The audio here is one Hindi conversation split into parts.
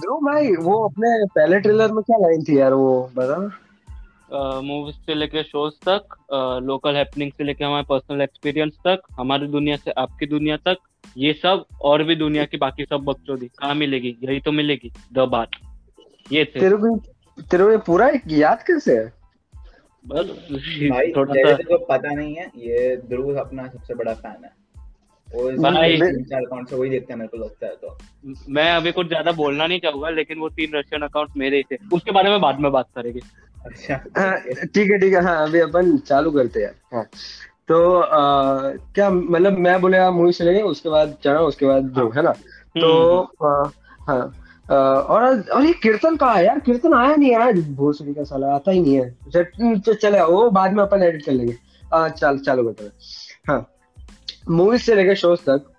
ध्रुव भाई वो अपने पहले ट्रेलर में क्या लाइन थी यार वो बता मूवीज से लेके शोज तक लोकल हैपनिंग से लेके हमारे पर्सनल एक्सपीरियंस तक हमारी दुनिया से आपकी दुनिया तक ये सब और भी दुनिया की बाकी सब बकचोदी कहाँ मिलेगी यही तो मिलेगी द बात ये थे तेरे को तेरे को ये पूरा याद कैसे है बस भाई थोड़ा जैसे सा तेरे को पता नहीं है ये ध्रुव अपना सबसे बड़ा फैन है वो इस भाई। तीन चार अकाउंट से वही देखते हैं मेरे को लगता है तो मैं अभी कुछ ज्यादा बोलना नहीं चाहूंगा लेकिन वो तीन रशियन अकाउंट मेरे ही थे उसके बारे में बाद में बात करेंगे अच्छा हाँ, ठीक है ठीक है हाँ अभी अपन चालू करते हैं हाँ तो आ, क्या मतलब मैं बोलेगा मूवी चले गए उसके बाद चना उसके बाद ध्रुव है ना तो आ, हाँ आ, और और ये कीर्तन कहाँ है यार कीर्तन आया नहीं है आज भोसड़ी का साला आता ही नहीं है चल- तो चले वो बाद में अपन एडिट कर लेंगे आ, चल चालू करते हैं हाँ मूवीज से लेकर शोज तक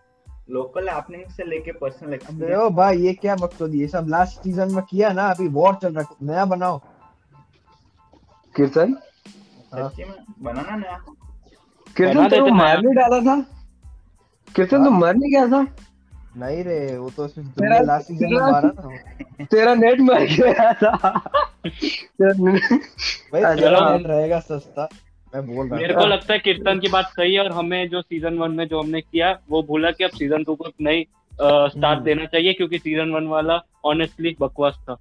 लोकल हैपनिंग से लेके पर्सनल अरे एक्सपीरियंस ओ भाई ये क्या मकसद ये सब लास्ट सीजन में किया ना अभी वॉर चल रहा है, नया बनाओ कीर्तन हाँ। सच्ची में बनाना नया कीर्तन बना तो देते हैं मारने डाला था कीर्तन तो हाँ। मरने गया था नहीं रे वो तो सिर्फ मेरा तुमने लास्ट सीजन में last- मारा ना तेरा नेट मर गया था तेरा net- भाई अरे तेरा हाँ। net रहेगा सस्ता मैं बोल रहा मेरे हूँ को लगता है कीर्तन की बात सही है और हमें जो सीजन वन में जो हमने किया वो भूला कि अब सीजन टू को एक नई स्टार्ट हम्म। देना चाहिए क्योंकि सीजन वन वाला ऑनेस्टली बकवास था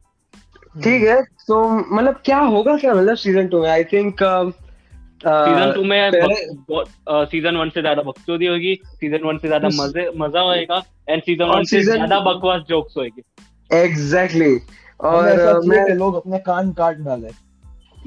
ठीक है तो मतलब क्या होगा क्या मतलब सीजन टू में uh, I think season two में पहले- सीजन वन से ज्यादा बकचोदी होगी सीजन वन से ज्यादा उस- मजे मजा होएगा एंड सीजन और वन से season- ज्यादा बकवास जोक्स होएगी एग्जैक्टली और और ऐसा अ, किया कि मैं लोग अपने कान काट डाले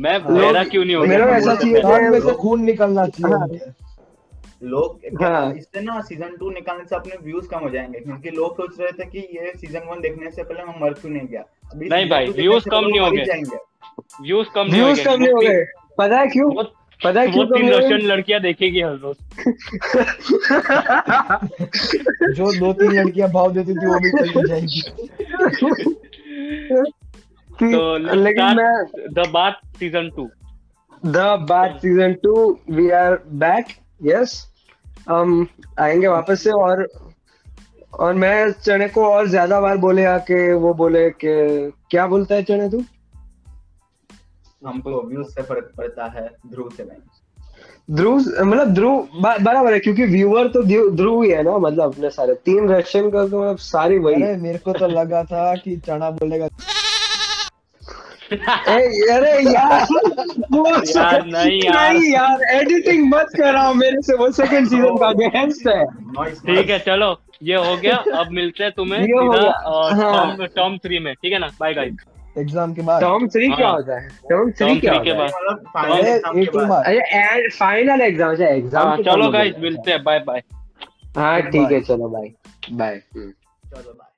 मैं लोग- बहरा क्यों नहीं हो हाँ। मेरा गया ऐसा चाहिए कान में कि- से खून निकलना चाहिए हाँ। उनके। लोग क्या- हाँ। इससे ना सीजन टू निकालने से अपने व्यूज कम हो जाएंगे क्योंकि लोग सोच रहे थे कि ये सीजन वन देखने से पहले मैं मर क्यों नहीं गया अभी नहीं season भाई, two देखने views से कम पहले नहीं मर ही होंगे। जाएंगे व्यूज कम नहीं व्यूज कम नहीं हो गए पता है क्यों वो पता है वो क्यों कम तीन नहीं हो रशियन गए? लड़कियां देखेगी हर रोज जो दो तीन लड़कियां भाव देती थी वो भी चली जाएगी कि- तो लेकिन मैं the bat season two the bat season two we are back yes हम आएंगे वापस से और और मैं चने को और ज्यादा बार बोले आके वो बोले कि क्या बोलता है चने तू हमको व्यूज से फर्क पड़ता है ध्रुव से नहीं ध्रुव मतलब ध्रुव ब- बराबर है क्योंकि व्यूअर तो ध्रु- ध्रुव ही है ना मतलब अपने सारे तीन रशियन का तो मतलब सारी वही है अरे मेरे को तो लगा था कि चना बोलेगा ए, अरे यार वो यार, नहीं यार। नहीं यार एडिटिंग मत कराओ मेरे से वो सेकंड सीजन का गेस्ट है तो Noise, ठीक है noise. चलो ये हो गया अब मिलते हैं तुम्हें हाँ। uh, ये हो गया, हाँ। सीधा टॉम थ्री में ठीक है ना बाय गाइस एग्जाम के बाद टर्म थ्री क्या हाँ। होता है टर्म थ्री Term क्या three होता के है बाद। मतलब अरे final exam अरे एंड फाइनल एग्जाम के बाद ये तो बात है हाँ, एग्जाम चलो गाइस मिलते हैं बाय बाय हाँ ठीक है चलो बाय बाय चलो बाय